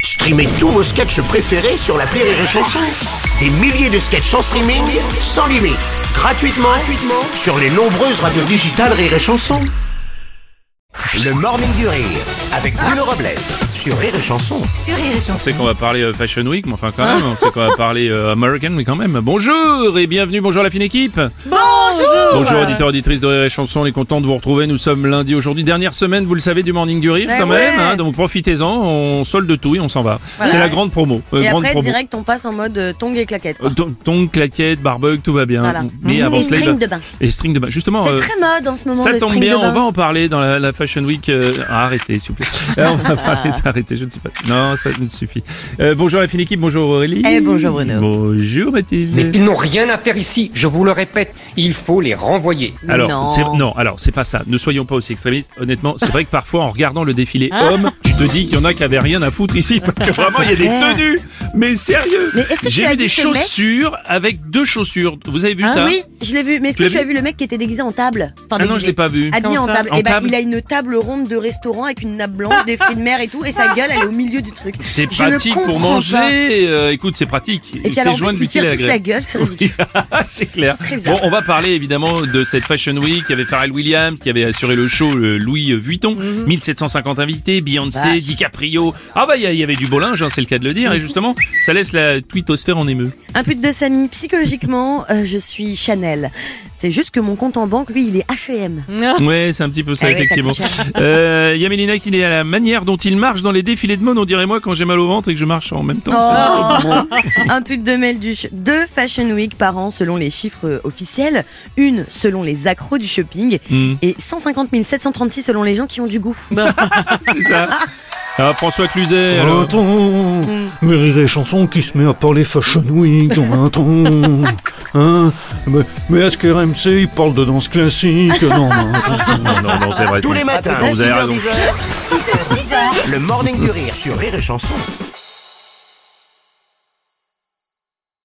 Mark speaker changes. Speaker 1: Streamez tous vos sketchs préférés sur la Rire et Chanson. Des milliers de sketchs en streaming, sans limite, gratuitement, gratuitement sur les nombreuses radios digitales Rire et Chanson. Le Morning du Rire avec Bruno Robles sur Rire et Chanson.
Speaker 2: On sait qu'on va parler euh, Fashion Week, mais enfin quand même, on sait qu'on va parler euh, American, mais quand même. Bonjour et bienvenue, bonjour la fine équipe Bonjour auditeurs, auditrices de Rire et Chanson, on est content de vous retrouver, nous sommes lundi aujourd'hui, dernière semaine, vous le savez, du Morning du Rire
Speaker 3: Eh
Speaker 2: quand
Speaker 3: ouais.
Speaker 2: même, hein, donc profitez-en, on solde tout et on s'en va.
Speaker 3: Voilà.
Speaker 2: C'est la grande promo. euh,
Speaker 3: Et
Speaker 2: grande
Speaker 3: après,
Speaker 2: promo.
Speaker 3: direct, on passe en mode euh, tongue et claquette. quoi.
Speaker 2: Euh, ton- Tongs, claquettes, barbecue, tout va bien.
Speaker 3: Voilà.
Speaker 2: Mais
Speaker 3: Mhm.
Speaker 2: avant
Speaker 3: Et
Speaker 2: cela, il
Speaker 3: string
Speaker 2: va-
Speaker 3: de bain.
Speaker 2: Et string de bain. Justement,
Speaker 3: C'est
Speaker 2: euh,
Speaker 3: très mode en ce moment,
Speaker 2: Ça
Speaker 3: le
Speaker 2: tombe
Speaker 3: string
Speaker 2: bien,
Speaker 3: de bain.
Speaker 2: on va en parler dans la, la Fashion Week. euh, ah, arrêtez, s'il vous plaît. Euh, on va parler de- arrêtez, je ne suis pas. Non, ça ne suffit. Euh, bonjour la fine équipe, bonjour Aurélie.
Speaker 3: Eh, bonjour Bruno.
Speaker 2: Bonjour Mathilde.
Speaker 4: Mais ils n'ont rien à faire ici, je vous le répète, il faut les renvoyer.
Speaker 3: Mais
Speaker 2: Alors,
Speaker 3: non.
Speaker 2: c'est- non, alors c'est pas ça. Ne soyons pas aussi extrémistes. Honnêtement, c'est vrai que parfois, en regardant le défilé
Speaker 3: Ah.
Speaker 2: homme, tu te dis qu'il y en a qui avaient rien à foutre ici. Parce que vraiment, il y a des
Speaker 3: clair.
Speaker 2: tenues. Mais sérieux.
Speaker 3: Mais est-ce que tu
Speaker 2: J'ai
Speaker 3: as
Speaker 2: vu
Speaker 3: vu
Speaker 2: des
Speaker 3: ce mec
Speaker 2: chaussures avec deux chaussures. Vous avez vu
Speaker 3: Hein,
Speaker 2: ça
Speaker 3: Oui, je l'ai vu. Mais est-ce
Speaker 2: Tu
Speaker 3: que
Speaker 2: l'as
Speaker 3: tu
Speaker 2: vu
Speaker 3: as vu le mec qui était déguisé en table Enfin,
Speaker 2: Ah non, je
Speaker 3: déguisé.
Speaker 2: l'ai pas vu.
Speaker 3: Habillé en table.
Speaker 2: En
Speaker 3: et bah,
Speaker 2: table
Speaker 3: il a une table ronde de restaurant avec une nappe blanche, des fruits de mer et tout, et sa gueule, elle est au milieu du truc.
Speaker 2: C'est
Speaker 3: Je ne
Speaker 2: pratique pour
Speaker 3: comprends pas.
Speaker 2: manger. euh, écoute, c'est pratique.
Speaker 3: Et puis
Speaker 2: c'est
Speaker 3: alors, en
Speaker 2: joint
Speaker 3: plus,
Speaker 2: de
Speaker 3: ils
Speaker 2: l'utile
Speaker 3: tirent
Speaker 2: à
Speaker 3: tous
Speaker 2: l'agréable.
Speaker 3: la gueule, c'est ridicule.
Speaker 2: c'est clair.
Speaker 3: Très bizarre.
Speaker 2: Bon, on va parler évidemment de cette Fashion Week. Il y avait Pharrell Williams qui avait assuré le show euh, Louis Vuitton. 1750 invités, Beyoncé,
Speaker 3: Mhm. Vache.
Speaker 2: DiCaprio. Ah bah, il y a- il y avait du beau linge, hein, c'est le cas de le dire. Et justement, ça laisse la twittosphère en émeu.
Speaker 3: Un tweet de Samy, psychologiquement, euh, je suis Chanel. C'est juste que mon compte en banque, lui, il est H&M.
Speaker 2: Ouais, c'est un petit peu ça,
Speaker 3: Ah ouais, ça
Speaker 2: effectivement.
Speaker 3: coûte cher.
Speaker 2: Euh, Il y a Mélina qui est à la manière dont il marche dans les défilés de mode. On dirait moi quand j'ai mal au ventre et que je marche en même temps.
Speaker 3: Oh. Un tweet de Melduche. Deux Fashion Week par an selon les chiffres euh, officiels, une selon les accros du shopping
Speaker 2: Hmm.
Speaker 3: et 150 736 selon les gens qui ont du goût.
Speaker 2: C'est ça. Ah, François Cluzet.
Speaker 5: Oh.
Speaker 2: alors.
Speaker 5: Entends, mais Rire et chanson qui se met à parler Fashion Week dans un ton. Hein mais, mais est-ce que RMC il parle de danse classique Non, non, attends.
Speaker 2: Non, non, non, c'est vrai.
Speaker 1: Tous les matins,
Speaker 2: vous avez
Speaker 1: 6h10,
Speaker 2: raison.
Speaker 1: 10h, le Morning du Rire sur Rire et Chanson.